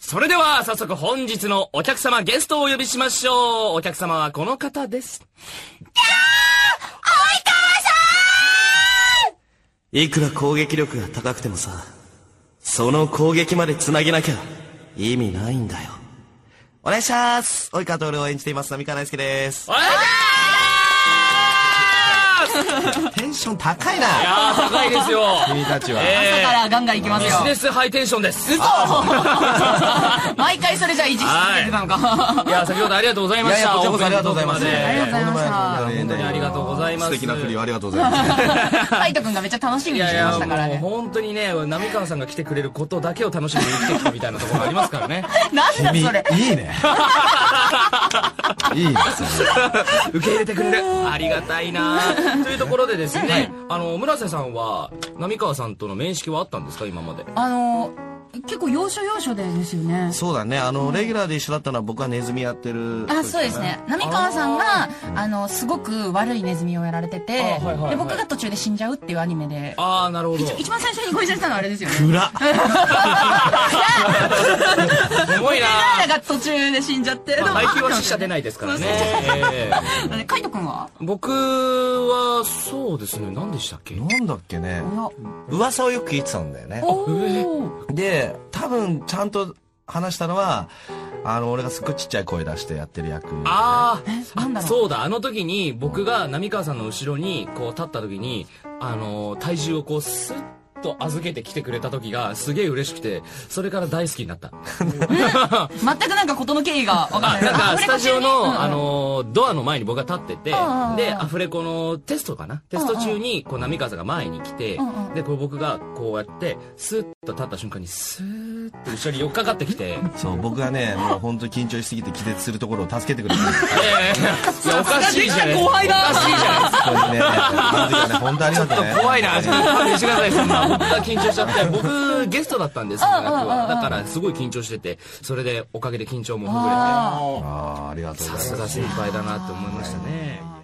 それでは、早速本日のお客様ゲストをお呼びしましょう。お客様はこの方です。いくら攻撃力が高くてもさ、その攻撃まで繋げなきゃ意味ないんだよ。お願いします及川徹を演じています、並川大輔です。お願いしますいテンション高いなやー、高いですよ。君たちは。えだからガンガンいきまー、すビジ ネよ。スハイテンションです。い毎回それじゃあ維持し続けてたのか。やー、先ほどありがとうございまいやしいやた。こちらこそありがとうございますオープニングトークまでありがとうございました。本当にありがとうございます。素敵な振りをありがとうございます。海斗くんがめっちゃ楽しみいにしやいてましたからや、もうね。本当にね、浪川さんが来てくれることだけを楽しみに生きてきたみたいなところありますからね。なんだそれ。いいね。いいですね。受け入れてくれる。ありがたいなというところでですね、あの、村瀬さんは、浪川さんとの面識はあったんですか今まで。あの、結構要所要所でですよね。そうだね、あの、レギュラーで一緒だったのは僕はネズミやってる。あ、そうですね。。浪川さんが、あの、すごく悪いネズミをやられてて、あはいはいはいで、僕が途中で死んじゃうっていうアニメで、あー、なるほど。一番最初にご一緒したのはあれ ですよね。裏すごいなラーラが途中で死んじゃって。でも配給は死者出ないですからね。ええあカイトくんは僕は、そうですね、何でしたっけなんだっけねお。や噂をよく聞いてたんだよね。おーで、多分ちゃんと話したのは、あの、俺がすっごいちっちゃい声出してやってる役。あえなんあ、だろう。そうだ、あの時に僕が浪川さんの後ろにこう立った時に、あのー体重をこうスッと預けてきてくれた時がすげえ嬉しくて、それから大好きになった。全くなんか事の経緯が分かんなあい。なんアか、フレスコタ中ジオにの、うんうんあのー、ドアの前に僕が立っててうんうん、で、アフレコのテストかなテスト中に、こう、波川さんが前に来てうんう、んで、こう僕がこうやって、スッと立った瞬間に、スーッと後ろに寄っかかってき て、そう、僕がね、もう本当緊張しすぎて気絶するところを助けてくれている。やいやいやいやおかしいじゃないですか。後おかし輩いじだゃ ないですか。本当にね、あの時はね本当ありがとうね。怖いな、ちょっと勘弁してください、そんな。僕が緊張しちゃっ て、僕、ゲストだったんです、この役は。だから、すごい緊張してて、それで、おかげで緊張もほぐれて、あああ、ありがとうございさますす。が先輩だなって思いましたね。